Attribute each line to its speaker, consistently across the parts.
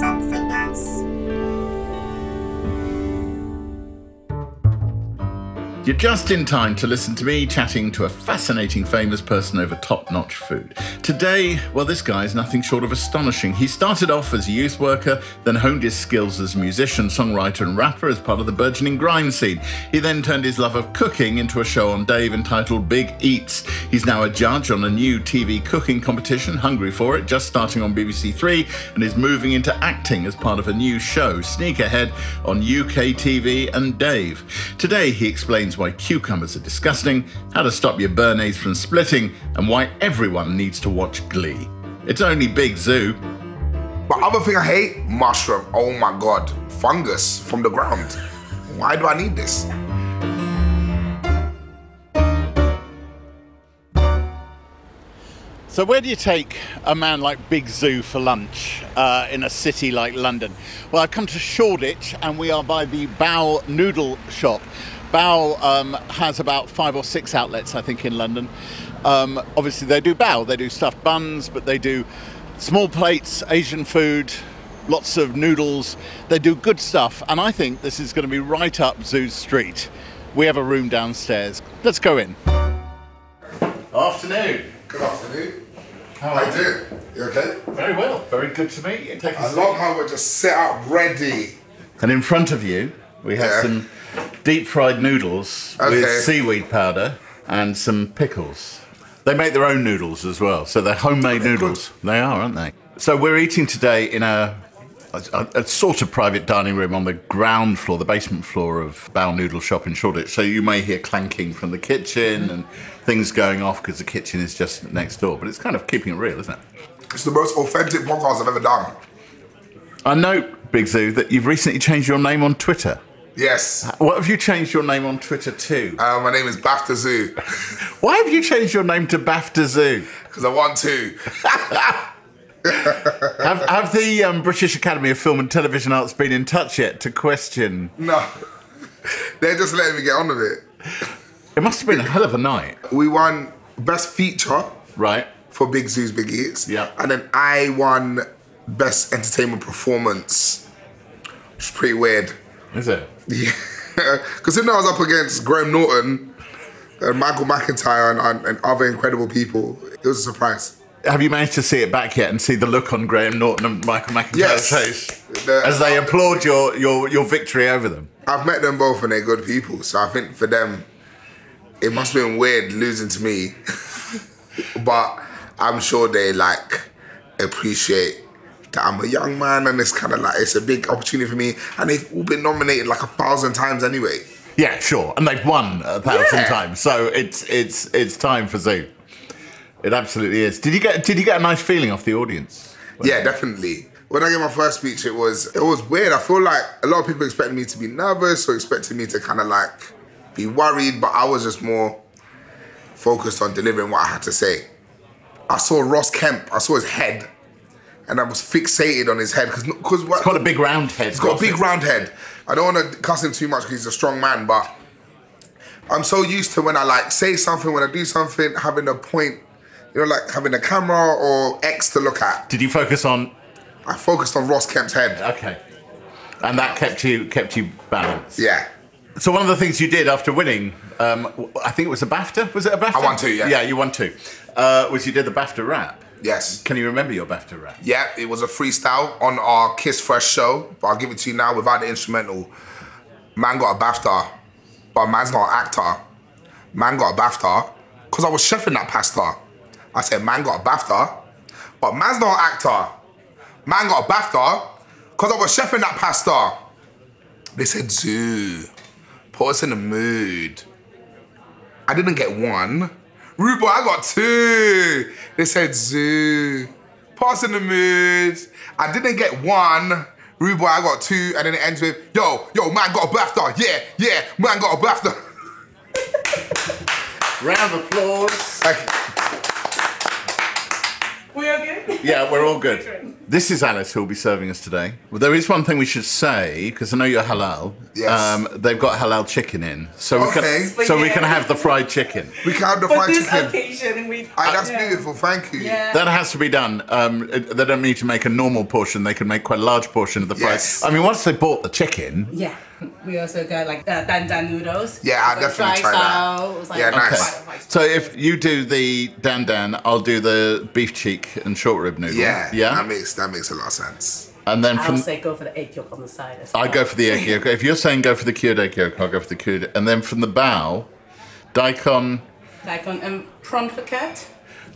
Speaker 1: Something else.
Speaker 2: You're just in time to listen to me chatting to a fascinating famous person over top notch food. Today, well, this guy is nothing short of astonishing. He started off as a youth worker, then honed his skills as musician, songwriter, and rapper as part of the burgeoning grime scene. He then turned his love of cooking into a show on Dave entitled Big Eats. He's now a judge on a new TV cooking competition, Hungry for It, just starting on BBC Three, and is moving into acting as part of a new show, Sneak Ahead, on UK TV and Dave. Today, he explains why cucumbers are disgusting, how to stop your bernets from splitting, and why everyone needs to watch Glee. It's only Big Zoo.
Speaker 3: But other thing I hate, mushroom. Oh my god, fungus from the ground. Why do I need this?
Speaker 2: So, where do you take a man like Big Zoo for lunch uh, in a city like London? Well, I've come to Shoreditch and we are by the Bow Noodle Shop. Bow um, has about five or six outlets, I think, in London. Um, obviously, they do Bow, they do stuffed buns, but they do small plates, Asian food, lots of noodles. They do good stuff, and I think this is going to be right up Zoo's street. We have a room downstairs. Let's go in. Afternoon.
Speaker 3: Good afternoon. How are you doing? You okay?
Speaker 2: Very well. Very good to meet you. Take a
Speaker 3: I
Speaker 2: seat.
Speaker 3: love how we're just set up ready.
Speaker 2: And in front of you, we have
Speaker 3: Yeah.
Speaker 2: some deep fried noodles
Speaker 3: Okay.
Speaker 2: with seaweed powder and some pickles. They make their own noodles as well, so they're homemade noodles. They are, aren't they? So we're eating today in a, a, a sort of private dining room on the ground floor, the basement floor of Bow Noodle Shop in Shoreditch. So you may hear clanking from the kitchen and things going off because the kitchen is just next door. But it's kind of keeping it real, isn't it?
Speaker 3: It's the most authentic podcast I've ever done.
Speaker 2: I know, Big Zoo, that you've recently changed your name on Twitter.
Speaker 3: Yes.
Speaker 2: What have you changed your name on Twitter to?
Speaker 3: Uh, my name is Bafta Zoo
Speaker 2: Why have you changed your name to BAFTA Zoo?
Speaker 3: because I want to.
Speaker 2: Have, have the um, British Academy of Film and Television Arts been in touch yet to question?
Speaker 3: No, they're just letting me get on with it.
Speaker 2: It must have been a hell of a night,
Speaker 3: We won best feature
Speaker 2: right?
Speaker 3: for Big Zoo's Big Eats.
Speaker 2: Yeah.
Speaker 3: And then I won best entertainment performance. It's pretty weird.
Speaker 2: Is it?
Speaker 3: Because then I was up against Graham Norton and Michael McIntyre and, and, and other incredible people. It was a surprise.
Speaker 2: Have you managed to see it back yet and see the look on Graham Norton and Michael McIntyre's
Speaker 3: Yes.
Speaker 2: face
Speaker 3: The-
Speaker 2: as they applaud your, your, your victory over them?
Speaker 3: I've met them both and they're good people. So I think for them, it must have been weird losing to me. but I'm sure they like appreciate that I'm a young man and it's kind of like, it's a big opportunity for me. And they've all been nominated like a thousand times anyway.
Speaker 2: Yeah, sure. And they've won a thousand
Speaker 3: Yeah.
Speaker 2: times, so it's it's it's time for Zoo. It absolutely is. Did you get did you get a nice feeling off the audience?
Speaker 3: Yeah, definitely. When I gave my first speech, it was it was weird. I feel like a lot of people expected me to be nervous or expected me to kind of like be worried, but I was just more focused on delivering what I had to say. I saw Ross Kemp. I saw his head, and I was fixated on his head because because what
Speaker 2: Got a big round head.
Speaker 3: He's got a big round head. I don't want to cuss him too much because he's a strong man, but I'm so used to when I like say something, when I do something, having a point, you know, like having a camera or X to look at.
Speaker 2: Did you focus on
Speaker 3: I focused on Ross Kemp's head.
Speaker 2: Okay. And that kept you kept you balanced.
Speaker 3: Yeah.
Speaker 2: So one of the things you did after winning, um, w- I think it was a BAFTA. Was it a BAFTA?
Speaker 3: I won two, yeah.
Speaker 2: Yeah, you won two. Uh, was you did the BAFTA rap?
Speaker 3: Yes.
Speaker 2: Can you remember your BAFTA rap?
Speaker 3: Yeah, it was a freestyle on our Kiss Fresh show, but I'll give it to you now without the instrumental. Man got a BAFTA, but man's not an actor. Man got a BAFTA, because I was chefing that pasta. I said, man got a BAFTA, but man's not an actor. Man got a BAFTA, because I was chefing that pasta. They said, Zoo, put us in the mood. I didn't get one. Rude boy, I got two. They said, Zoo, passing the mood. I didn't get one. Rude boy, I got two, and then it ends with, yo, yo, man got a BAFTA. Yeah, yeah, man got a BAFTA.
Speaker 2: Round of applause.
Speaker 3: Like,
Speaker 1: We are good?
Speaker 2: Yeah, we're all good. This is Alice who will be serving us today. Well, there is one thing we should say because I know you're halal. Um,
Speaker 3: Yes.
Speaker 2: they've got halal chicken in, so we
Speaker 3: Okay.
Speaker 2: can so we can have the fried chicken.
Speaker 3: we can have the
Speaker 1: For
Speaker 3: fried
Speaker 1: this
Speaker 3: chicken.
Speaker 1: occasion, we.
Speaker 3: Aye, Ah, that's
Speaker 1: Yeah.
Speaker 3: beautiful, thank you.
Speaker 1: Yeah.
Speaker 2: That has to be done. Um, it- they don't need to make a normal portion. They can make quite a large portion of the fried.
Speaker 3: Yes.
Speaker 2: I mean, once they bought the chicken,
Speaker 1: Yeah, we also got like uh, dandan noodles.
Speaker 3: Yeah, I'll
Speaker 1: It's
Speaker 3: definitely
Speaker 1: dry
Speaker 3: try that.
Speaker 1: style. It's like
Speaker 3: Yeah, nice.
Speaker 1: quite a nice
Speaker 2: So if you do the dan dan, I'll do the beef cheek and short rib noodle.
Speaker 3: Yeah,
Speaker 2: yeah.
Speaker 3: That makes that makes a lot of sense.
Speaker 2: and then
Speaker 1: I'll
Speaker 2: from
Speaker 1: say go for the egg yolk on the side. As well.
Speaker 2: I go for the egg yolk. If you're saying go for the cured egg yolk, I'll go for the cured. And then from the bow, daikon.
Speaker 1: like on um, prawn croquette.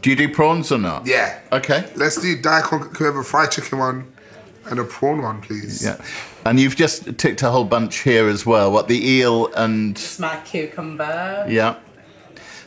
Speaker 2: Do you do prawns or not?
Speaker 3: Yeah.
Speaker 2: Okay.
Speaker 3: Let's do daikon whoever fried chicken one and a prawn one, please.
Speaker 2: Yeah. And you've just ticked a whole bunch here as well. What the eel and
Speaker 1: Smart cucumber.
Speaker 2: yeah.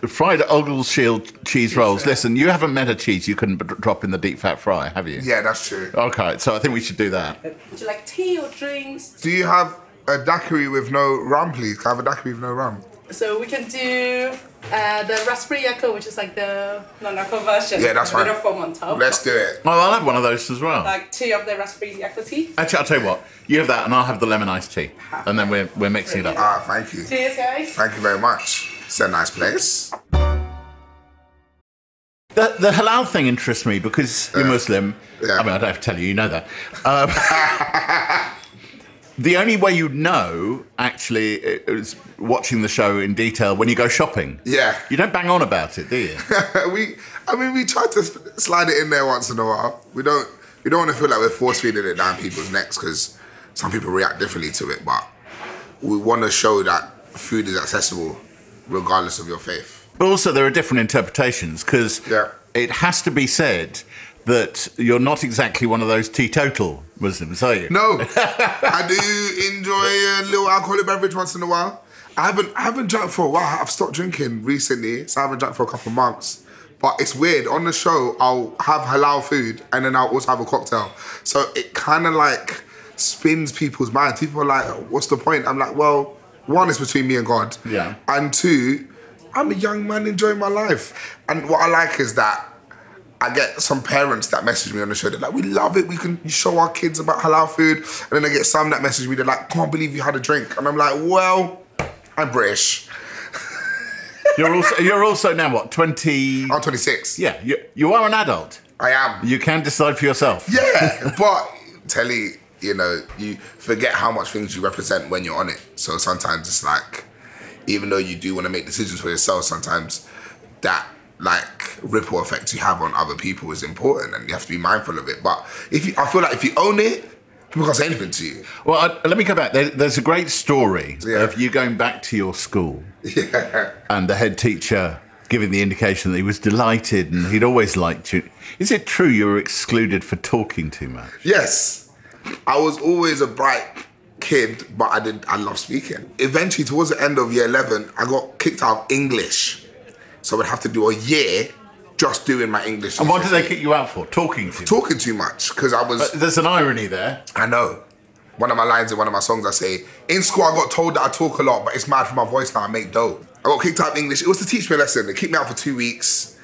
Speaker 2: The Fried Ogleshield cheese rolls. Listen, you haven't met a cheese you couldn't b- drop in the deep fat fry, have you?
Speaker 3: Yeah, that's true.
Speaker 2: Okay, so I think we should do that.
Speaker 1: Would you like tea or drinks?
Speaker 3: Do you have a daiquiri with no rum, please? Can I have a daiquiri with no rum?
Speaker 1: So we can do uh, the raspberry yakko, which is like the non-alcohol version.
Speaker 3: Yeah, that's
Speaker 1: With
Speaker 3: fine.
Speaker 1: a bit of foam on top.
Speaker 3: Let's do it.
Speaker 2: Oh, I'll have one of those as well.
Speaker 1: like two of the raspberry yakko tea.
Speaker 2: Actually, I'll tell you what. You have that, and I'll have the lemon iced tea, and then we're we're mixing it up.
Speaker 3: Ah, thank you.
Speaker 1: Cheers, guys.
Speaker 3: Thank you very much. It's a nice place.
Speaker 2: The, the halal thing interests me because you're Muslim.
Speaker 3: yeah.
Speaker 2: I mean, I don't have to tell you. You know that. Um, the only way you know actually is watching the show in detail when you go shopping.
Speaker 3: Yeah.
Speaker 2: You don't bang on about it, do you?
Speaker 3: we, I mean, we try to s- slide it in there once in a while. We don't, we don't want to feel like we're force feeding it down people's necks because some people react differently to it. But we want to show that food is accessible regardless of your faith.
Speaker 2: But also, there are different interpretations because
Speaker 3: Yeah.
Speaker 2: it has to be said that you're not exactly one of those teetotal Muslims, are you?
Speaker 3: No, I do enjoy a little alcoholic beverage once in a while. I haven't, I haven't drank for a while. I've stopped drinking recently, so I haven't drank for a couple of months. But it's weird. On the show, I'll have halal food and then I'll also have a cocktail. So it kind of like spins people's minds. People are like, "What's the point?" I'm like, "Well, one is between me and God,
Speaker 2: Yeah.
Speaker 3: and two, I'm a young man enjoying my life. And what I like is that I get some parents that message me on the show. They're like, "We love it. We can show our kids about halal food." And then I get some that message me. They're like, "Can't believe you had a drink." And I'm like, "Well, I'm British.
Speaker 2: You're also you're also now what twenty?
Speaker 3: I'm 26.
Speaker 2: Yeah, you you are an adult.
Speaker 3: I am.
Speaker 2: You can decide for yourself.
Speaker 3: Yeah, but telly, you know, you forget how much things you represent when you're on it. So sometimes it's like, even though you do want to make decisions for yourself, sometimes that like ripple effect you have on other people is important, and you have to be mindful of it. But if you, I feel like if you own it, people can't say anything to you.
Speaker 2: Well, I, let me go back. There, there's a great story
Speaker 3: Yeah.
Speaker 2: of you going back to your school and the head teacher giving the indication that he was delighted and he'd always liked you. Is it true you were excluded for talking too much?
Speaker 3: Yes. I was always a bright kid, but I did I love speaking. Eventually towards the end of year eleven, I got kicked out of English. So I would have to do a year just doing my English.
Speaker 2: And what did they kick you out for? Talking too much.
Speaker 3: talking too much? Because I was
Speaker 2: There's an irony there.
Speaker 3: I know. One of my lines in one of my songs, I say, in school I got told that I talk a lot, but it's mad for my voice now, I make dough. I got kicked out of English. It was to teach me a lesson. They kicked me out for two weeks.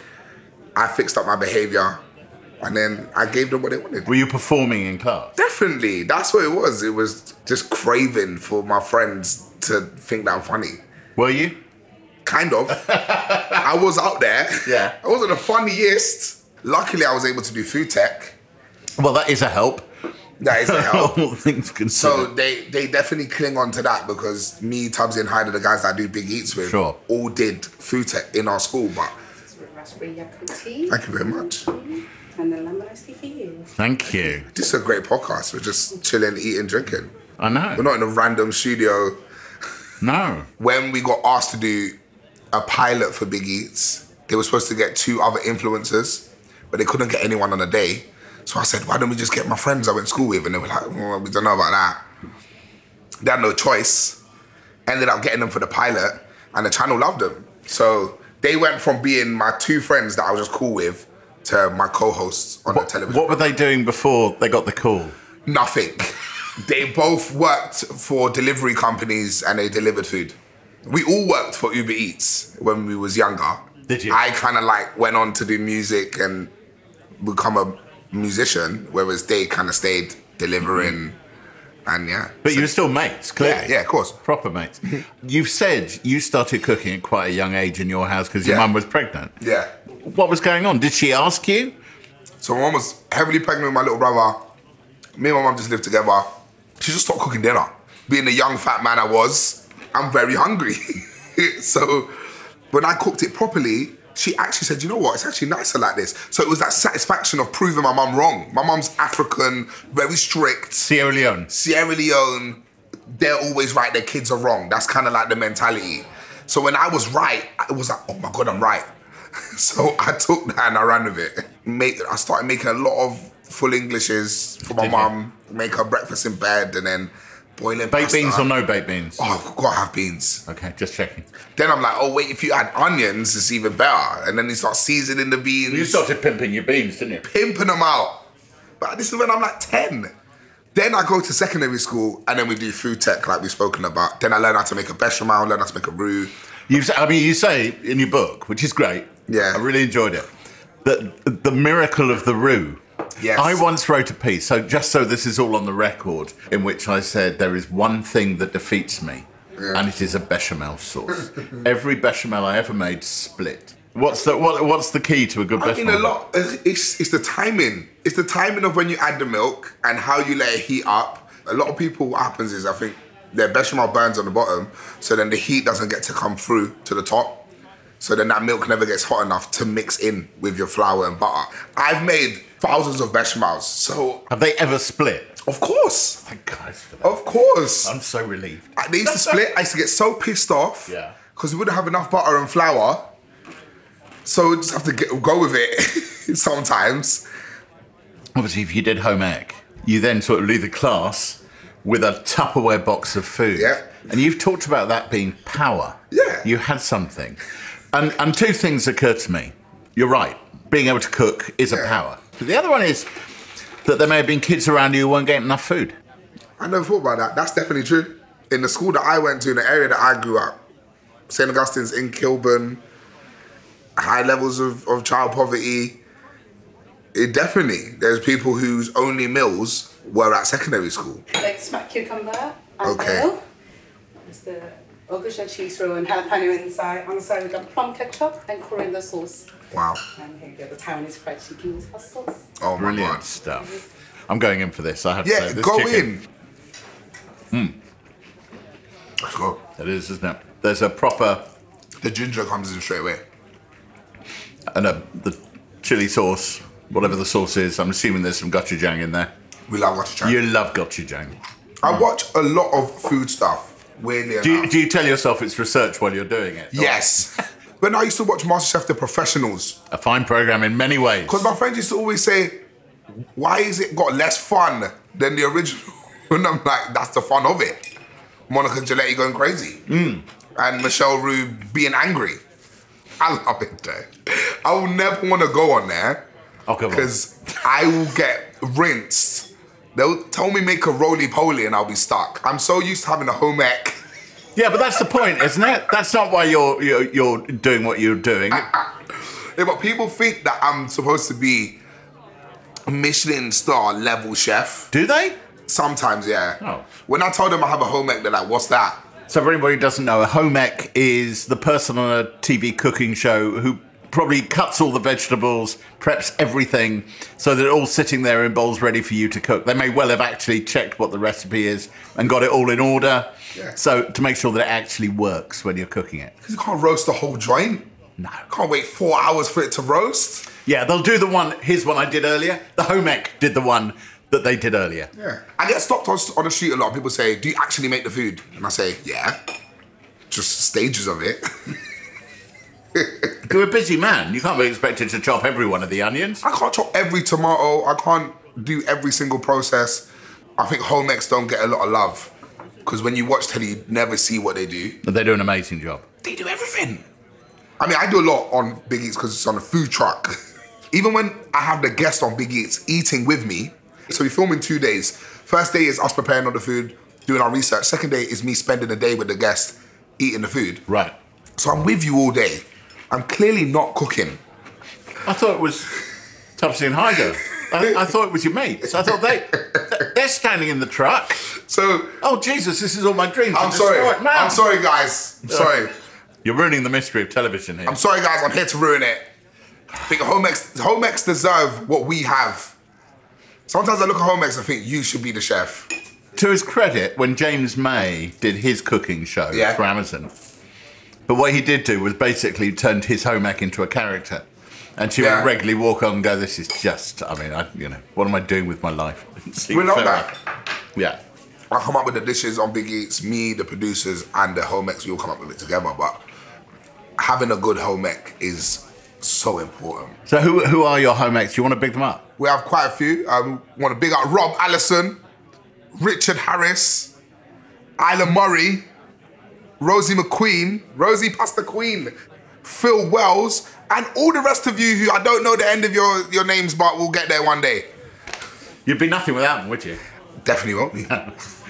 Speaker 3: I fixed up my behavior. And then I gave them what they wanted.
Speaker 2: Were you performing in class?
Speaker 3: Definitely. That's what it was. It was just craving for my friends to think that I'm funny.
Speaker 2: Were you?
Speaker 3: Kind of. I was out there.
Speaker 2: Yeah.
Speaker 3: I wasn't the funniest. Luckily, I was able to do food tech.
Speaker 2: Well, that is a help.
Speaker 3: That is a help.
Speaker 2: All things considered.
Speaker 3: So they, they definitely cling on to that because me, Tubbs, and Hyder, the guys that I do big eats with,
Speaker 2: Sure.
Speaker 3: all did food tech in our school. But
Speaker 1: Raspberry yakko tea
Speaker 3: thank you very much.
Speaker 1: and the lemon iced tea for you.
Speaker 2: Thank you.
Speaker 3: This is a great podcast. We're just chilling, eating, drinking.
Speaker 2: I know.
Speaker 3: We're not in a random studio
Speaker 2: no.
Speaker 3: when we got asked to do a pilot for Big Eats, they were supposed to get two other influencers, but they couldn't get anyone on a day. So I said, why don't we just get my friends I went to school with? And they were like, well, we don't know about that. They had no choice. Ended up getting them for the pilot, and the channel loved them. So they went from being my two friends that I was just cool with to my co-hosts on the television.
Speaker 2: What were they doing before they got the call?
Speaker 3: Nothing. they both worked for delivery companies and they delivered food. We all worked for Uber Eats when we was younger.
Speaker 2: Did you?
Speaker 3: I kind of like went on to do music and become a musician, whereas they kind of stayed delivering. And yeah,
Speaker 2: Mm-hmm. But you were still mates, clearly.
Speaker 3: yeah, yeah, of course.
Speaker 2: Proper mates. You've said you started cooking at quite a young age in your house because your
Speaker 3: Yeah.
Speaker 2: mum was pregnant.
Speaker 3: Yeah.
Speaker 2: What was going on? Did she ask you?
Speaker 3: So my mom was heavily pregnant with my little brother. Me and my mom just lived together. She just stopped cooking dinner. Being the young fat man I was, I'm very hungry. so when I cooked it properly, she actually said, you know what, it's actually nicer like this. So it was that satisfaction of proving my mom wrong. My mom's African, very strict.
Speaker 2: Sierra Leone.
Speaker 3: Sierra Leone, they're always right, their kids are wrong. That's kind of like the mentality. So when I was right, it was like, oh my God, I'm right. so I took that and I ran with it. Make, I started making a lot of full Englishes for my
Speaker 2: Did you?
Speaker 3: mum, make her breakfast in bed and then boiling
Speaker 2: Baked
Speaker 3: pasta.
Speaker 2: beans or no baked beans?
Speaker 3: Oh, I've got to have beans.
Speaker 2: Okay, just checking.
Speaker 3: Then I'm like, oh wait, if you add onions, it's even better. And then you start seasoning the beans
Speaker 2: You started pimping your beans, didn't you?
Speaker 3: pimping them out. But this is when I'm like 10. Then I go to secondary school and then we do food tech like we've spoken about. Then I learn how to make a bechamel, learn how to make a roux.
Speaker 2: You've, I mean, you say in your book, which is great.
Speaker 3: Yeah.
Speaker 2: I really enjoyed it. That the miracle of the roux.
Speaker 3: Yes.
Speaker 2: I once wrote a piece, so just so this is all on the record, in which I said there is one thing that defeats me, and it is a bechamel sauce. Every bechamel I ever made split. What's the what, What's the key to a good
Speaker 3: I mean,
Speaker 2: bechamel?
Speaker 3: a lot. It's, it's the timing. It's the timing of when you add the milk and how you let it heat up. A lot of people, what happens is, I think their bechamel burns on the bottom, so then the heat doesn't get to come through to the top. So then that milk never gets hot enough to mix in with your flour and butter. I've made thousands of bechamels, so
Speaker 2: Have they ever split?
Speaker 3: of course,
Speaker 2: Thank God for that.
Speaker 3: of course.
Speaker 2: I'm so relieved.
Speaker 3: I- They used to split. I used to get so pissed off.
Speaker 2: Yeah.
Speaker 3: Because we wouldn't have enough butter and flour. So we just have to get, go with it sometimes.
Speaker 2: Obviously, if you did home ec, you then sort of leave the class with a Tupperware box of food.
Speaker 3: Yeah.
Speaker 2: And you've talked about that being power.
Speaker 3: Yeah.
Speaker 2: You had something. And, and two things occur to me. You're right. Being able to cook is a
Speaker 3: Yeah.
Speaker 2: power. But the other one is that there may have been kids around you who weren't getting enough food.
Speaker 3: I never thought about that. That's definitely true. In the school that I went to, in the area that I grew up, St. Augustine's in Kilburn, high levels of, of child poverty. It definitely, there's people whose only meals were at secondary school.
Speaker 1: Like smack cucumber and
Speaker 3: Okay.
Speaker 1: oil. It's the Okusha cheese roll and jalapeno inside. On the side we got plum ketchup and coriander sauce.
Speaker 3: Wow.
Speaker 1: And here we go, the Taiwanese fried chicken with hot sauce.
Speaker 3: Oh my
Speaker 2: Brilliant
Speaker 3: God.
Speaker 2: stuff. I'm going in for this. I have to
Speaker 3: Yeah,
Speaker 2: say, Uh, this
Speaker 3: go
Speaker 2: chicken- Hmm.
Speaker 3: in. Let's go.
Speaker 2: It is, isn't it? There's a proper
Speaker 3: The ginger comes in straight away.
Speaker 2: and a, the chili sauce, whatever the sauce is. I'm assuming there's some gochujang in there.
Speaker 3: We love watching
Speaker 2: You
Speaker 3: China.
Speaker 2: love gochujang.
Speaker 3: I watch a lot of food stuff. Weirdly
Speaker 2: Do you,
Speaker 3: enough.
Speaker 2: do you tell yourself it's research while you're doing it?
Speaker 3: yes. when I used to watch MasterChef The Professionals,
Speaker 2: A fine program in many ways.
Speaker 3: because my friends used to always say, why is it got less fun than the original? and I'm like, that's the fun of it. Monica Gilletti going crazy.
Speaker 2: Hmm.
Speaker 3: And Michelle Rue being angry. I love it though. I will never want to go on there.
Speaker 2: Oh, come on.
Speaker 3: because I will get rinsed. They'll tell me make a roly poly and I'll be stuck. I'm so used to having a home ec.
Speaker 2: Yeah, but that's the point, isn't it? That's not why you're you're, you're doing what you're doing.
Speaker 3: Yeah, but people think that I'm supposed to be a Michelin star level chef.
Speaker 2: Do they?
Speaker 3: Sometimes, yeah.
Speaker 2: Oh.
Speaker 3: When I told them I have a home ec, they're like, "What's that?"
Speaker 2: So for anybody who doesn't know, a home ec is the person on a TV cooking show who probably cuts all the vegetables, preps everything, so they're all sitting there in bowls ready for you to cook. They may well have actually checked what the recipe is and got it all in order,
Speaker 3: Yeah.
Speaker 2: so to make sure that it actually works when you're cooking it.
Speaker 3: Because you can't roast the whole joint.
Speaker 2: No.
Speaker 3: Can't wait four hours for it to roast.
Speaker 2: Yeah, they'll do the one. Here's one I did earlier. The home ec did the one that they did earlier.
Speaker 3: Yeah. I get stopped on, on the street a lot. People say, "Do you actually make the food?" And I say, "Yeah." Just stages of it.
Speaker 2: You're a busy man. You can't be expected to chop every one of the onions.
Speaker 3: I can't chop every tomato. I can't do every single process. I think home ecs don't get a lot of love because when you watch telly, you never see what they do.
Speaker 2: But they do an amazing job.
Speaker 3: They do everything. I mean, I do a lot on Big Eats because it's on a food truck. Even when I have the guest on Big Eats eating with me, so we film in two days. First day is us preparing all the food, doing our research. Second day is me spending the day with the guest eating the food.
Speaker 2: Right.
Speaker 3: So I'm with you all day. I'm clearly not cooking.
Speaker 2: I thought it was Topsy and Hygo. I, I thought it was your mates. I thought they they're standing in the truck.
Speaker 3: So
Speaker 2: Oh Jesus, this is all my dreams.
Speaker 3: I'm
Speaker 2: just
Speaker 3: sorry.
Speaker 2: saw it now.
Speaker 3: I'm sorry, guys. I'm sorry.
Speaker 2: You're ruining the mystery of television here.
Speaker 3: I'm sorry, guys. I'm here to ruin it. I think home ex, home ex deserve what we have. Sometimes I look at home ex and think you should be the chef.
Speaker 2: to his credit, when James May did his cooking show
Speaker 3: Yeah.
Speaker 2: for Amazon, but what he did do was basically turned his home ec into a character. And she
Speaker 3: Yeah.
Speaker 2: would regularly walk on and go, This is just, I mean, I, you know, what am I doing with my life? It seemed
Speaker 3: We're not
Speaker 2: fair
Speaker 3: that.
Speaker 2: enough. Yeah.
Speaker 3: I come up with the dishes on Big Eats, me, the producers, and the home ex, we all come up with it together. But having a good home ec is so important.
Speaker 2: So, who, who are your home ecs? Do you want to big them up?
Speaker 3: We have quite a few. Um, want to big up Rob Allison, Richard Harris, Isla Murray, Rosie McQueen, Rosie Pasta Queen, Phil Wells, and all the rest of you who I don't know the end of your, your names, but we'll get there one day.
Speaker 2: You'd be nothing without them, would you?
Speaker 3: Definitely won't be.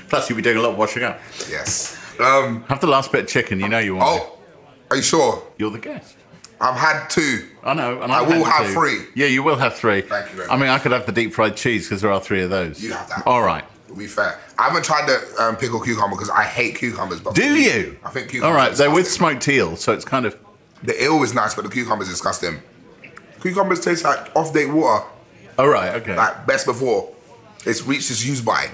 Speaker 2: Plus, you'd be doing a lot of washing up.
Speaker 3: yes. Um,
Speaker 2: Have the last bit of chicken, you know you want. it.
Speaker 3: oh, are you sure?
Speaker 2: You're the guest.
Speaker 3: I've had two.
Speaker 2: I know. And
Speaker 3: I
Speaker 2: I've
Speaker 3: will
Speaker 2: had
Speaker 3: have
Speaker 2: two.
Speaker 3: three.
Speaker 2: Yeah, you will have three.
Speaker 3: Thank you very
Speaker 2: I mean, I could have the deep fried cheese because there are three of those.
Speaker 3: You have that.
Speaker 2: All right.
Speaker 3: To be fair, I haven't tried the um, pickle cucumber because I hate cucumbers. But
Speaker 2: Do you?
Speaker 3: I think cucumbers.
Speaker 2: All right, they're with
Speaker 3: disgusting.
Speaker 2: smoked eel, so it's kind of.
Speaker 3: The eel is nice, but the cucumbers is disgusting. Cucumbers taste like off-date water,
Speaker 2: All right, okay.
Speaker 3: like best before. It's reached its use by.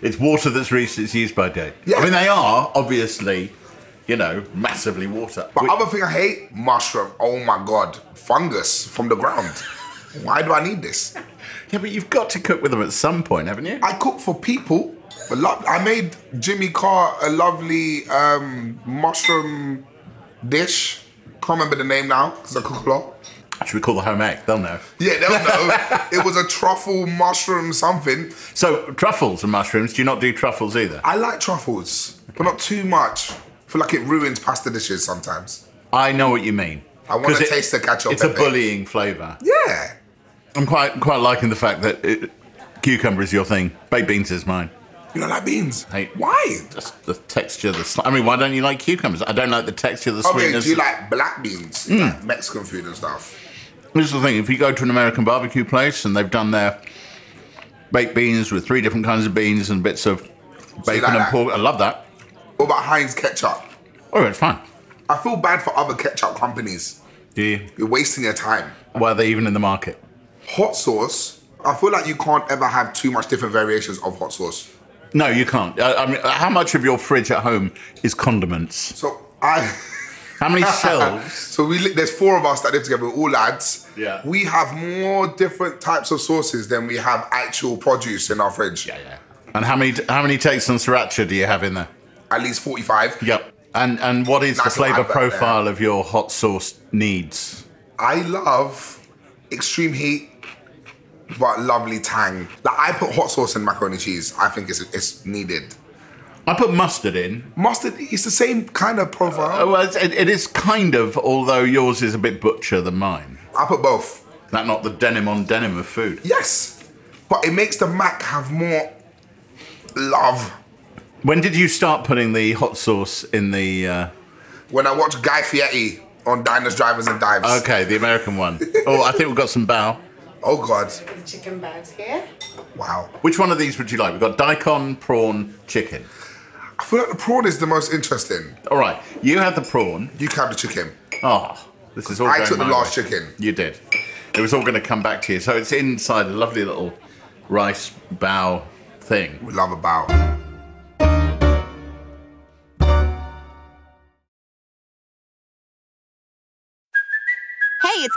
Speaker 2: It's water that's reached its use by date.
Speaker 3: Yeah.
Speaker 2: I mean, they are obviously, you know, massively water.
Speaker 3: But
Speaker 2: Which-
Speaker 3: other thing I hate, mushroom. Oh my god, fungus from the ground. Why do I need this?
Speaker 2: yeah, but you've got to cook with them at some point, haven't you?
Speaker 3: I cook for people. But lo- I made Jimmy Carr a lovely um, mushroom dish. Can't remember the name now because I cook a lot.
Speaker 2: Should we call the home ec? They'll know.
Speaker 3: Yeah, they'll know. it was a truffle mushroom something.
Speaker 2: So truffles and mushrooms. Do you not do truffles either?
Speaker 3: I like truffles, but not too much. I feel like it ruins pasta dishes sometimes.
Speaker 2: I know what you mean.
Speaker 3: I wanna
Speaker 2: 'Cause it-
Speaker 3: taste the cacio
Speaker 2: It's a
Speaker 3: pepe.
Speaker 2: bullying flavour.
Speaker 3: Yeah.
Speaker 2: I'm quite quite liking the fact that it, cucumber is your thing, baked beans is mine.
Speaker 3: You don't like beans?
Speaker 2: Hate-
Speaker 3: Why?
Speaker 2: Just the texture, the sli- I mean, why don't you like cucumbers? I don't like the texture, the
Speaker 3: Okay,
Speaker 2: sweetness.
Speaker 3: Oh, do you like black beans? Like Mexican food and stuff.
Speaker 2: This is the thing. If you go to an American barbecue place and they've done their baked beans with three different kinds of beans and bits of bacon and
Speaker 3: that?
Speaker 2: pork, I love that.
Speaker 3: What about Heinz ketchup?
Speaker 2: Oh, it's fine.
Speaker 3: I feel bad for other ketchup companies.
Speaker 2: Do you?
Speaker 3: You're wasting your time.
Speaker 2: Why are they even in the market?
Speaker 3: Hot sauce, I feel like you can't ever have too much different variations of hot sauce.
Speaker 2: No, you can't. I, I mean, how much of your fridge at home is condiments?
Speaker 3: So I.
Speaker 2: How many shelves?
Speaker 3: So we li- there's four of us that live together, we're all lads.
Speaker 2: Yeah.
Speaker 3: We have more different types of sauces than we have actual produce in our fridge. Yeah, yeah.
Speaker 2: And how many how many takes on sriracha do you have in there?
Speaker 3: At least 45.
Speaker 2: Yep. And and what is the
Speaker 3: Nice little
Speaker 2: flavour
Speaker 3: advert there.
Speaker 2: profile of your hot sauce needs?
Speaker 3: I love extreme heat, but lovely tang. Like I put hot sauce in macaroni and cheese. I think it's it's needed.
Speaker 2: I put mustard in
Speaker 3: Mustard, it's the same kind of
Speaker 2: Oh,
Speaker 3: profile.
Speaker 2: well, it's- it, it is kind of, although yours is a bit butcher than mine.
Speaker 3: I put both.
Speaker 2: That not the denim on denim of food.
Speaker 3: Yes. But it makes the mac have more love.
Speaker 2: When did you start putting the hot sauce in the? Uh,
Speaker 3: When I watch Guy Fieri on Diners, Drivers and Dives.
Speaker 2: okay, the American one. oh, I think we've got some bao.
Speaker 3: Oh God.
Speaker 1: The chicken bags here.
Speaker 3: Wow.
Speaker 2: Which one of these would you like? We've got daikon, prawn, chicken.
Speaker 3: I feel like the prawn is the most interesting.
Speaker 2: All right, you had the prawn.
Speaker 3: You can have the chicken.
Speaker 2: Oh, this is all.
Speaker 3: I
Speaker 2: going
Speaker 3: took the
Speaker 2: my
Speaker 3: last
Speaker 2: way.
Speaker 3: chicken.
Speaker 2: You did. It was all going to come back to you. So it's inside a lovely little rice bao thing.
Speaker 3: We love about.
Speaker 4: Hey, it's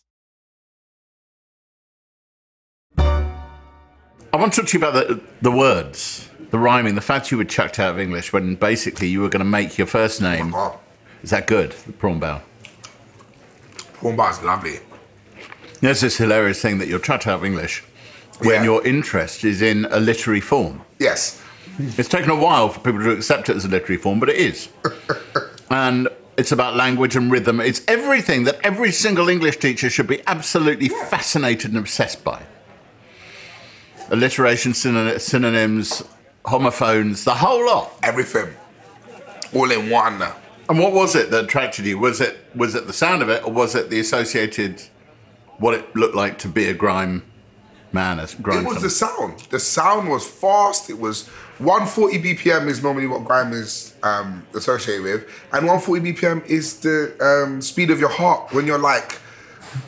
Speaker 2: I want to talk to you about the, the words, the rhyming, the fact you were chucked out of English when basically you were going to make your first name.
Speaker 3: Oh,
Speaker 2: Is that good? The prawn bow.
Speaker 3: prawn bar is lovely.
Speaker 2: There's this hilarious thing that you're chucked out of English when
Speaker 3: Yeah.
Speaker 2: your interest is in a literary form.
Speaker 3: Yes.
Speaker 2: It's taken a while for people to accept it as a literary form, but it is. and it's about language and rhythm. It's everything that every single English teacher should be absolutely fascinated and obsessed by. Alliteration, synon- synonyms, homophones, the whole lot.
Speaker 3: Everything. All in one.
Speaker 2: And what was it that attracted you? Was it was it the sound of it, or was it the associated what it looked like to be a grime man? As grime
Speaker 3: It was
Speaker 2: fella?
Speaker 3: the sound. The sound was fast. It was 140 BPM is normally what grime is um, associated with, and 140 BPM is the um, speed of your heart when you're like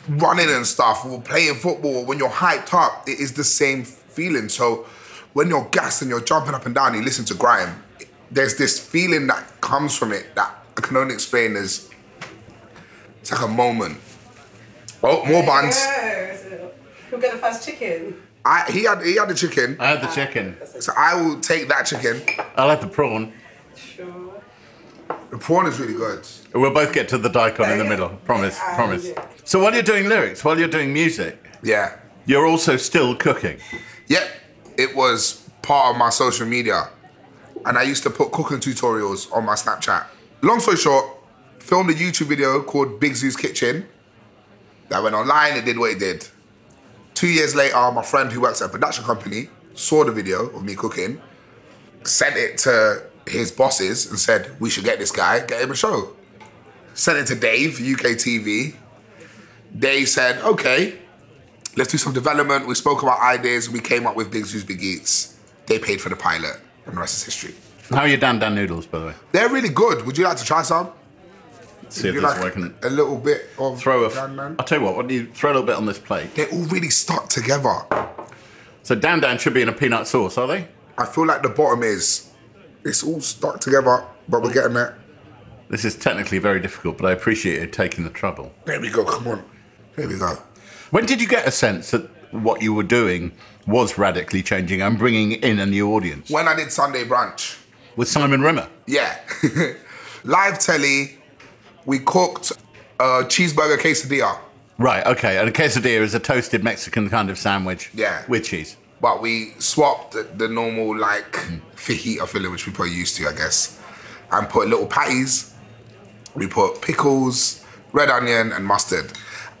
Speaker 3: running and stuff, or playing football, or when you're hyped up. It is the same feeling. So when you're gassed and you're jumping up and down, you listen to grime. There's this feeling that comes from it that I can only explain as it's like a moment. Oh, more buns.
Speaker 1: Yes. Who got the first chicken?
Speaker 3: I, he had he had the chicken.
Speaker 2: I had the chicken.
Speaker 3: So I will take that chicken.
Speaker 2: I like the prawn.
Speaker 1: Sure.
Speaker 3: The prawn is really good.
Speaker 2: We'll both get to the daikon in the middle. Promise,
Speaker 1: Yeah.
Speaker 2: promise. So while you're doing lyrics, while you're doing music,
Speaker 3: Yeah.
Speaker 2: you're also still cooking.
Speaker 3: Yep. It was part of my social media. And I used to put cooking tutorials on my Snapchat. Long story short, filmed a YouTube video called Big Zoo's Kitchen. That went online, it did what it did. Two years later, my friend who works at a production company saw the video of me cooking, sent it to his bosses and said, We should get this guy, get him a show. Sent it to Dave, UK TV. Dave said, Okay, let's do some development. We spoke about ideas. We came up with Big Zoo's Big Eats. They paid for the pilot, and the rest is history.
Speaker 2: How are your dan dan noodles, by the way?
Speaker 3: They're really good. Would you like to try some?
Speaker 2: See if
Speaker 3: You
Speaker 2: this
Speaker 3: like
Speaker 2: working.
Speaker 3: a little bit of
Speaker 2: Throw a.
Speaker 3: Dan Man?
Speaker 2: will tell you what. Why don't you throw a little bit on this plate?
Speaker 3: They're all really stuck together.
Speaker 2: So dan dan should be in a peanut sauce, are they?
Speaker 3: I feel like the bottom is it's all stuck together, but we're getting there.
Speaker 2: This is technically very difficult, but I appreciate you taking the trouble.
Speaker 3: There we go. Come on. There we go.
Speaker 2: When did you get a sense that what you were doing was radically changing and bringing in a new audience?
Speaker 3: When I did Sunday brunch,
Speaker 2: With Simon Rimmer.
Speaker 3: Yeah. Live telly, we cooked a cheeseburger quesadilla,
Speaker 2: Right, okay. And a quesadilla is a toasted Mexican kind of sandwich.
Speaker 3: Yeah.
Speaker 2: With cheese.
Speaker 3: but we swapped the, the normal, like, fajita filling, which people are used to, I guess, and put little patties. We put pickles, red onion, and mustard.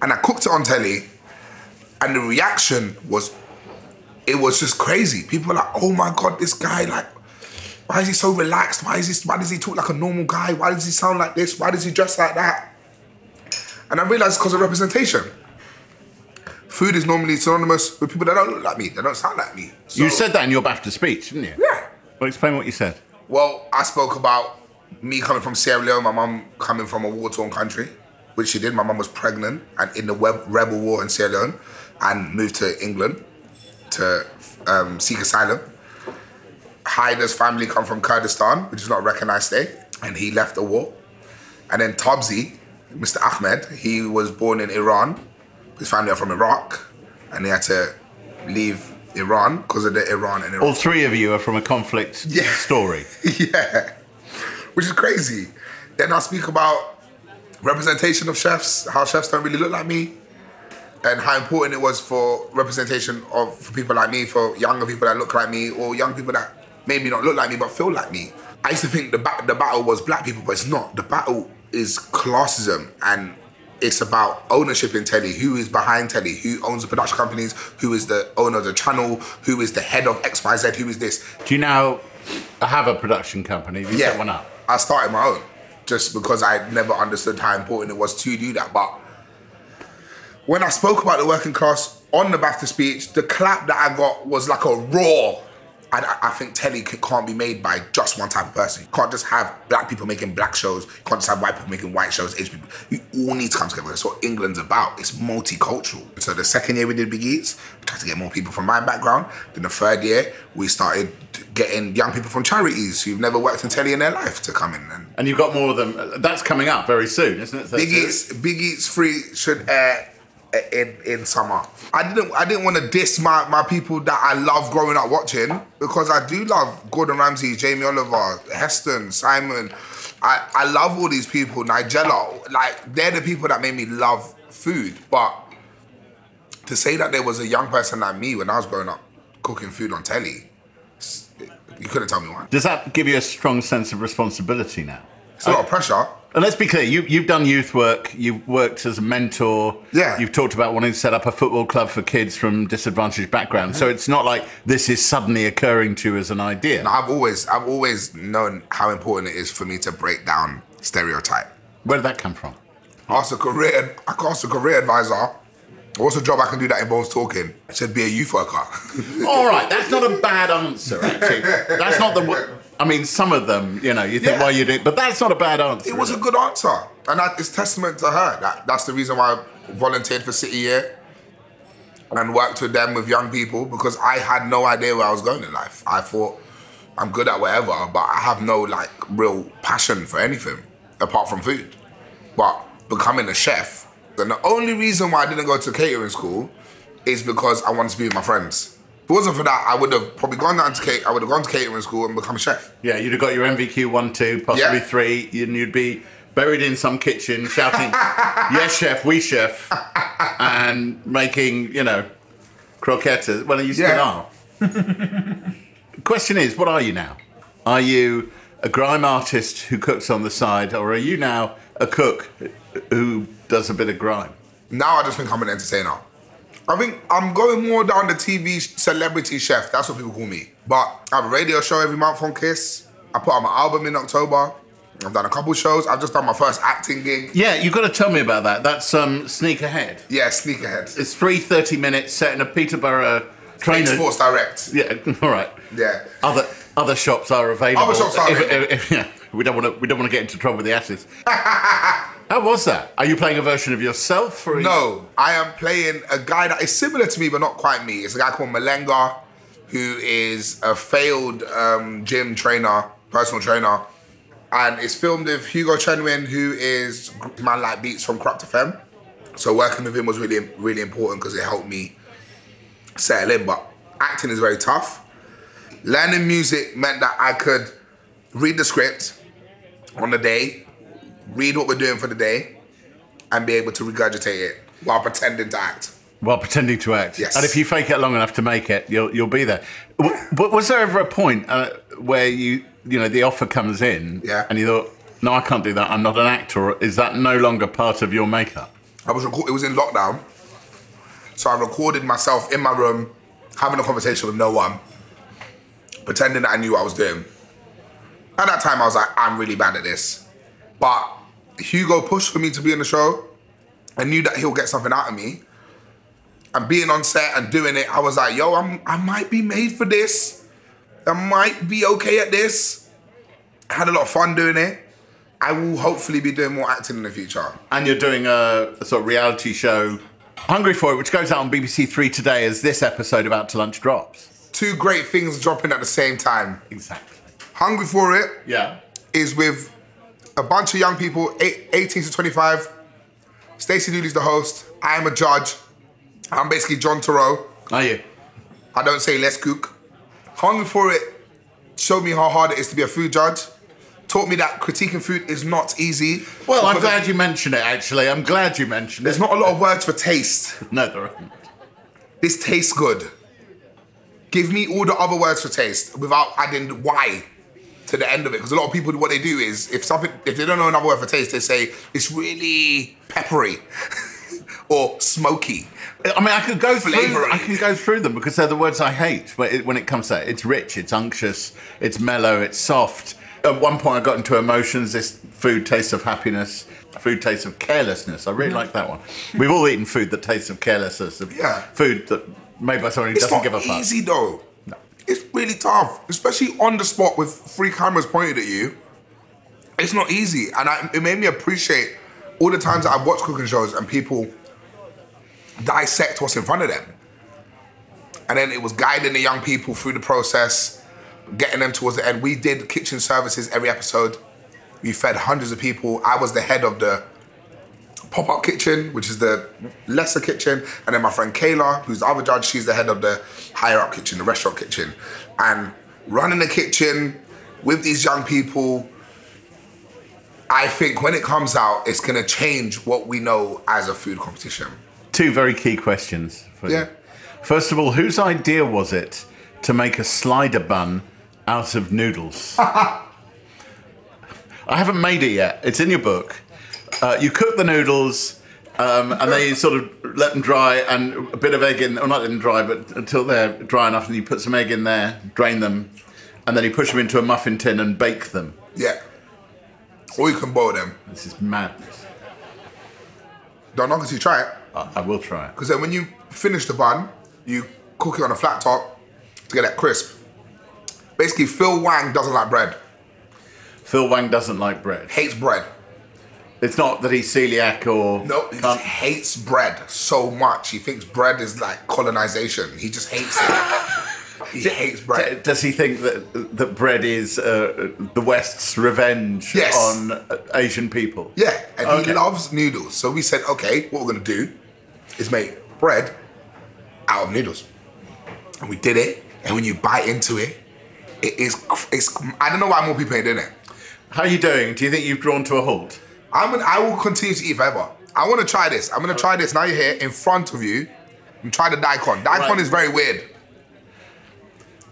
Speaker 3: And I cooked it on telly, and the reaction was, it was just crazy. People were like, oh my God, this guy, like, why is he so relaxed? Why is he, why does he talk like a normal guy? Why does he sound like this? Why does he dress like that? And I realized because of representation. Food is normally synonymous with people that don't look like me, that don't sound like me. So-
Speaker 2: you said that in your BAFTA speech, didn't you?
Speaker 3: Yeah.
Speaker 2: Well, explain what you said.
Speaker 3: Well, I spoke about me coming from Sierra Leone, my mum coming from a war torn country, which she did. My mum was pregnant and in the web, rebel war in Sierra Leone and moved to England to um, seek asylum. Haider's family come from Kurdistan, which is not a recognized state, and he left the war. And then Tabzi, Mr. Ahmed, he was born in Iran. His family are from Iraq, and they had to leave Iran because of the Iran and Iraq.
Speaker 2: All three of you are from a conflict
Speaker 3: Yeah.
Speaker 2: story.
Speaker 3: yeah, which is crazy. Then I speak about representation of chefs, how chefs don't really look like me, and how important it was for representation of for people like me, for younger people that look like me, or young people that maybe not look like me but feel like me. I used to think the ba- the battle was black people, but it's not. The battle is classism and. It's about ownership in telly. Who is behind telly? Who owns the production companies? Who is the owner of the channel? Who is the head of X, Y, Z? Who is this?
Speaker 2: Do you now I have a production company. You set one up.
Speaker 3: I started my own just because I never understood how important it was to do that. But when I spoke about the working class on the BAFTA speech, the clap that I got was like a roar. And I, I think telly c- can't be made by just one type of person. You can't just have black people making black shows. You can't just have white people making white shows. Asian people. You all need to come together. That's what England's about. It's multicultural. So the second year we did Big Eats, we tried to get more people from my background. Then the third year, we started getting young people from charities who've never worked in telly in their life to come in and
Speaker 2: And you've got more of them. That's coming up very soon, isn't it?
Speaker 3: Big Eats, Big Eats Free should air in in summer. I didn't I didn't want to diss my, my people that I love growing up watching because I do love Gordon Ramsay, Jamie Oliver, Heston, Simon. I, I love all these people, Nigella. Like they're the people that made me love food. But to say that there was a young person like me when I was growing up cooking food on telly, s- you couldn't tell me one.
Speaker 2: Does that give you a strong sense of responsibility now?
Speaker 3: It's a lot of pressure.
Speaker 2: And let's be clear, you, you've done youth work, you've worked as a mentor. Yeah. You've talked about wanting to set up a football club for kids from disadvantaged backgrounds. So it's not like this is suddenly occurring to you as an idea.
Speaker 3: No, I've always I've always known how important it is for me to break down stereotype.
Speaker 2: Where did that come from?
Speaker 3: Ask a career I can ask a career advisor. What's a job I can do that involves talking? I should be a youth worker.
Speaker 2: All right, that's not a bad answer, actually. That's not the. wo- I mean, some of them, you know, you think, why you do But that's not a bad answer.
Speaker 3: It was a good answer, and that is testament to her. That, that's the reason why I volunteered for City Year and worked with them with young people because I had no idea where I was going in life. I thought I'm good at whatever, but I have no like real passion for anything apart from food. But becoming a chef, and the only reason why I didn't go to catering school is because I wanted to be with my friends. If it wasn't for that, I would have probably gone down to cake. I would have gone to catering school and become a chef.
Speaker 2: Yeah, you'd have got your MVQ one, two, possibly
Speaker 3: Yeah.
Speaker 2: three, and you'd be buried in some kitchen shouting, "Yes, chef, we chef," and making you know croquettes. Well, you still are. Question is, what are you now? Are you a grime artist who cooks on the side, or are you now a cook who does a bit of grime?
Speaker 3: Now I just think I'm an entertainer. I think I'm going more down the TV celebrity chef. That's what people call me. But I have a radio show every month on Kiss. I put out my album in October. I've done a couple shows. I've just done my first acting gig.
Speaker 2: Yeah, you've got to tell me about that. That's um, Sneak Ahead.
Speaker 3: Yeah, Sneak Ahead.
Speaker 2: It's three 30 minutes set in a Peterborough train.
Speaker 3: Sports Direct.
Speaker 2: Yeah, all right.
Speaker 3: Yeah.
Speaker 2: Other other shops are available.
Speaker 3: Other shops are
Speaker 2: If- if-
Speaker 3: available.
Speaker 2: if- yeah, we don't want to. We don't want to get into trouble with the asses. How was that? Are you playing a version of yourself? Or are you-
Speaker 3: No, I am playing a guy that is similar to me, but not quite me. It's a guy called Malenga, who is a failed um, gym trainer, personal trainer, and it's filmed with Hugo Chenwin, who is Man Like Beats from Corrupt FM. So working with him was really, really important because it helped me settle in. But acting is very tough. Learning music meant that I could read the script on the day, read what we're doing for the day, and be able to regurgitate it while pretending to act.
Speaker 2: While pretending to act.
Speaker 3: Yes.
Speaker 2: And if you fake it long enough to make it, you'll you'll be there. W- But was there ever a point uh, where you you know the offer comes in?
Speaker 3: Yeah.
Speaker 2: And you thought, no, I can't do that. I'm not an actor. Or Is that no longer part of your makeup?
Speaker 3: I was record- it was in lockdown, so I recorded myself in my room having a conversation with no one, pretending that I knew what I was doing. At that time, I was like, I'm really bad at this, but Hugo pushed for me to be in the show. I knew that he'll get something out of me. And being on set and doing it, I was like, yo, I'm, I might be made for this. I might be okay at this. I had a lot of fun doing it. I will hopefully be doing more acting in the future.
Speaker 2: and you're doing a, a sort of reality show, Hungry for It, which goes out on BBC Three today as this episode about to lunch drops.
Speaker 3: Two great things dropping at the same time.
Speaker 2: Exactly.
Speaker 3: Hungry for It
Speaker 2: Yeah.
Speaker 3: is with a bunch of young people, eight, 18 to 25. Stacey Dooley's the host. I am a judge. I'm basically John Thoreau.
Speaker 2: Are you?
Speaker 3: I don't say let's cook. Hungry for It showed me how hard it is to be a food judge. Taught me that critiquing food is not easy.
Speaker 2: Well, I'm
Speaker 3: Because
Speaker 2: glad you mentioned it. Actually, I'm glad you mentioned
Speaker 3: There's
Speaker 2: it.
Speaker 3: not a lot of words for taste.
Speaker 2: No, there aren't.
Speaker 3: This tastes good. Give me all the other words for taste without adding why to the end of it. Because a lot of people, what they do is if something, if they don't know another word for taste, they say it's really peppery or smoky
Speaker 2: I mean, I could go through.
Speaker 3: Flavouring.
Speaker 2: I can go through them because they're the words I hate. But it, when it comes to that, it's rich, it's unctuous, it's mellow, it's soft. At one point, I got into emotions. This food tastes of happiness. Food tastes of carelessness. I really like that one. We've all eaten food that tastes of carelessness. Of
Speaker 3: Yeah.
Speaker 2: Food that made by someone who
Speaker 3: It's
Speaker 2: doesn't
Speaker 3: not
Speaker 2: give a fuck.
Speaker 3: easy though. It's really tough, especially on the spot with three cameras pointed at you. It's not easy, and I, it made me appreciate all the times that I've watched cooking shows and people dissect what's in front of them. And then it was guiding the young people through the process, getting them towards the end. We did kitchen services every episode. We fed hundreds of people. I was the head of the pop up kitchen, which is the lesser kitchen, and then my friend Kayla, who's the other judge, she's the head of the higher up kitchen, the restaurant kitchen, and running the kitchen with these young people. I think when it comes out, it's gonna change what we know as a food competition.
Speaker 2: Two very key questions. For
Speaker 3: Yeah.
Speaker 2: You. First of all, whose idea was it to make a slider bun out of noodles? I haven't made it yet. It's in your book. Uh, you cook the noodles. Um, and then you sort of let them dry and a bit of egg in, or not let them dry, but until they're dry enough, and you put some egg in there, drain them, and then you push them into a muffin tin and bake them.
Speaker 3: Yeah. Or you can boil them.
Speaker 2: This is madness.
Speaker 3: Don't knock until you try it.
Speaker 2: I, I will try it.
Speaker 3: Because then when you finish the bun, you cook it on a flat top to get that crisp. Basically, Phil Wang doesn't like bread,
Speaker 2: Phil Wang doesn't like bread.
Speaker 3: hates bread.
Speaker 2: It's not that he's celiac or
Speaker 3: No, he just
Speaker 2: can't-
Speaker 3: hates bread so much. He thinks bread is like colonization. He just hates it. he hates
Speaker 2: D-
Speaker 3: bread.
Speaker 2: Does he think that that bread is uh, the West's revenge
Speaker 3: Yes.
Speaker 2: on uh, Asian people?
Speaker 3: Yeah, and
Speaker 2: Okay.
Speaker 3: he loves noodles. So we said, okay, what we're gonna do is make bread out of noodles, and we did it. And when you bite into it, it is cr- it's. I don't know why more people ain't doing it.
Speaker 2: How are you doing? Do you think you've drawn to a halt?
Speaker 3: I'm gonna, I will continue to eat forever. I want to try this. I'm gonna try this now. You're here in front of you. And try the daikon. Daikon
Speaker 2: Right.
Speaker 3: is very weird.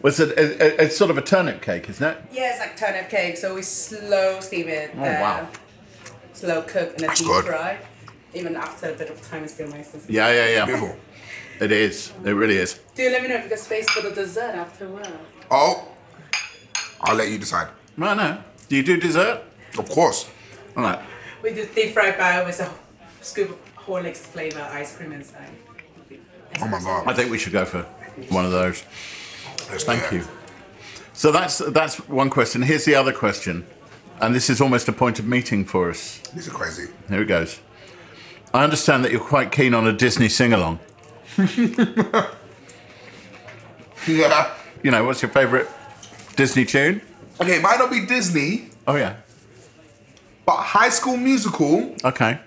Speaker 2: Well, it's, a, a, a- it's sort of a turnip cake, isn't it?
Speaker 5: Yeah, it's like turnip cake, so we slow steam it.
Speaker 2: Oh, wow.
Speaker 1: um,
Speaker 5: Slow cook and then
Speaker 3: That's
Speaker 5: deep
Speaker 3: good.
Speaker 5: fry. Even after a bit of time, it's still nice. and sweet.
Speaker 2: Yeah, yeah, yeah.
Speaker 3: Beautiful.
Speaker 2: It is. It really is.
Speaker 5: Do let me know if you got space for the dessert after work.
Speaker 3: Oh, I'll let you decide.
Speaker 2: Right now, do you do dessert?
Speaker 3: Of course.
Speaker 2: All right.
Speaker 5: We do deep fried bao with a scoop of Horlicks flavor ice cream inside.
Speaker 3: Oh my god.
Speaker 2: I think we should go for one of those.
Speaker 3: Let's do
Speaker 2: Thank
Speaker 3: it.
Speaker 2: you. So that's that's one question. Here's the other question, and this is almost a point of meeting for us.
Speaker 3: This is crazy.
Speaker 2: Here it goes. I understand that you're quite keen on a Disney sing along.
Speaker 3: Yeah.
Speaker 2: You know, what's your favourite Disney tune?
Speaker 3: Okay, it might not be Disney,
Speaker 2: Oh, yeah.
Speaker 3: but High School Musical
Speaker 2: Okay.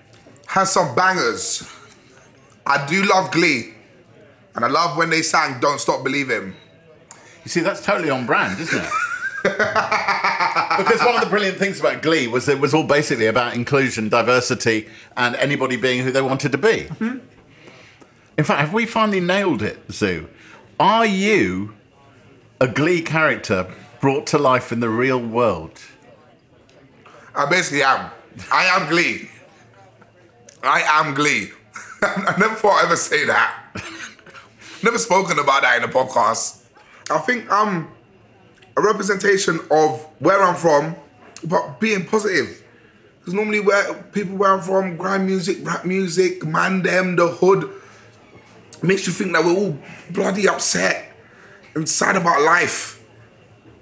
Speaker 3: has some bangers. I do love Glee, and I love when they sang "Don't Stop Believing."
Speaker 2: You see, that's totally on brand, isn't it? because one of the brilliant things about Glee was it was all basically about inclusion, diversity, and anybody being who they wanted to be. In fact, have we finally nailed it, Zoo? Are you a Glee character brought to life in the real world?
Speaker 3: I basically am. I am Glee. I am Glee. I never thought I'd ever say that. never spoken about that in a podcast. I think I'm a representation of where I'm from, but being positive. Because normally where people where I'm from, grind music, rap music, man them, the hood, makes you think that we're all bloody upset and sad about life.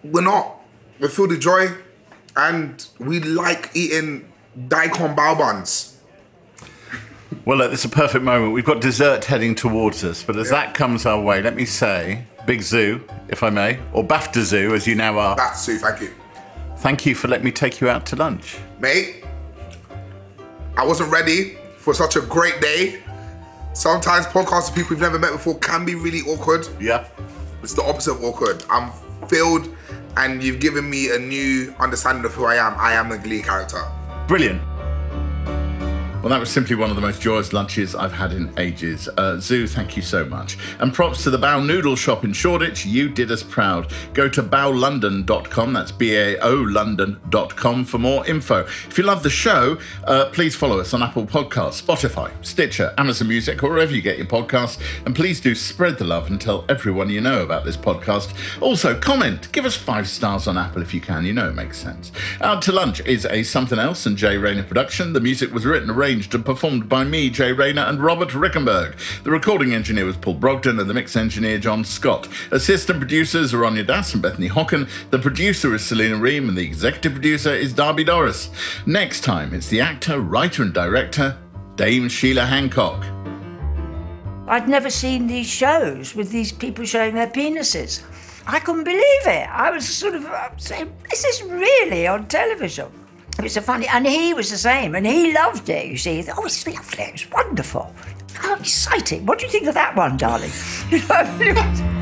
Speaker 3: We're not. We feel the joy and we like eating daikon bao buns.
Speaker 2: Well, look, this is a perfect moment. We've got dessert heading towards us, but as that comes our way, let me say, Big Zoo, if I may, or BAFTA Zoo, as you now are,
Speaker 3: That's it, thank you.
Speaker 2: thank you for letting me take you out to lunch.
Speaker 3: Mate, I wasn't ready for such a great day. Sometimes podcasts with people you've never met before can be really awkward.
Speaker 2: Yeah.
Speaker 3: It's the opposite of awkward. I'm filled and you've given me a new understanding of who I am. I am a Glee character.
Speaker 2: Brilliant. Well, that was simply one of the most joyous lunches I've had in ages. Uh, Zoo, thank you so much. And props to the Bao Noodle Shop in Shoreditch. You did us proud. Go to baolondon.com, that's B A O London.com, for more info. If you love the show, uh, please follow us on Apple Podcasts, Spotify, Stitcher, Amazon Music, or wherever you get your podcasts. And please do spread the love and tell everyone you know about this podcast. Also, comment, give us five stars on Apple if you can. You know it makes sense. Out to Lunch is a Something Else and Jay Rayner production. The music was written, arranged, and performed by me, Jay Rayner, and Robert Rickenberg. The recording engineer was Paul Brogdon, and the mix engineer, John Scott. Assistant producers are Anya Das and Bethany Hocken. The producer is Selena Ream, and the executive producer is Darby Doris. Next time, it's the actor, writer, and director, Dame Sheila Hancock.
Speaker 6: I'd never seen these shows with these people showing their penises. I couldn't believe it. I was sort of uh, saying, this is really on television. It was a funny, and he was the same, and he loved it, you see. He thought, Oh, it's lovely, it's wonderful. How exciting. What do you think of that one, darling? You know, it was-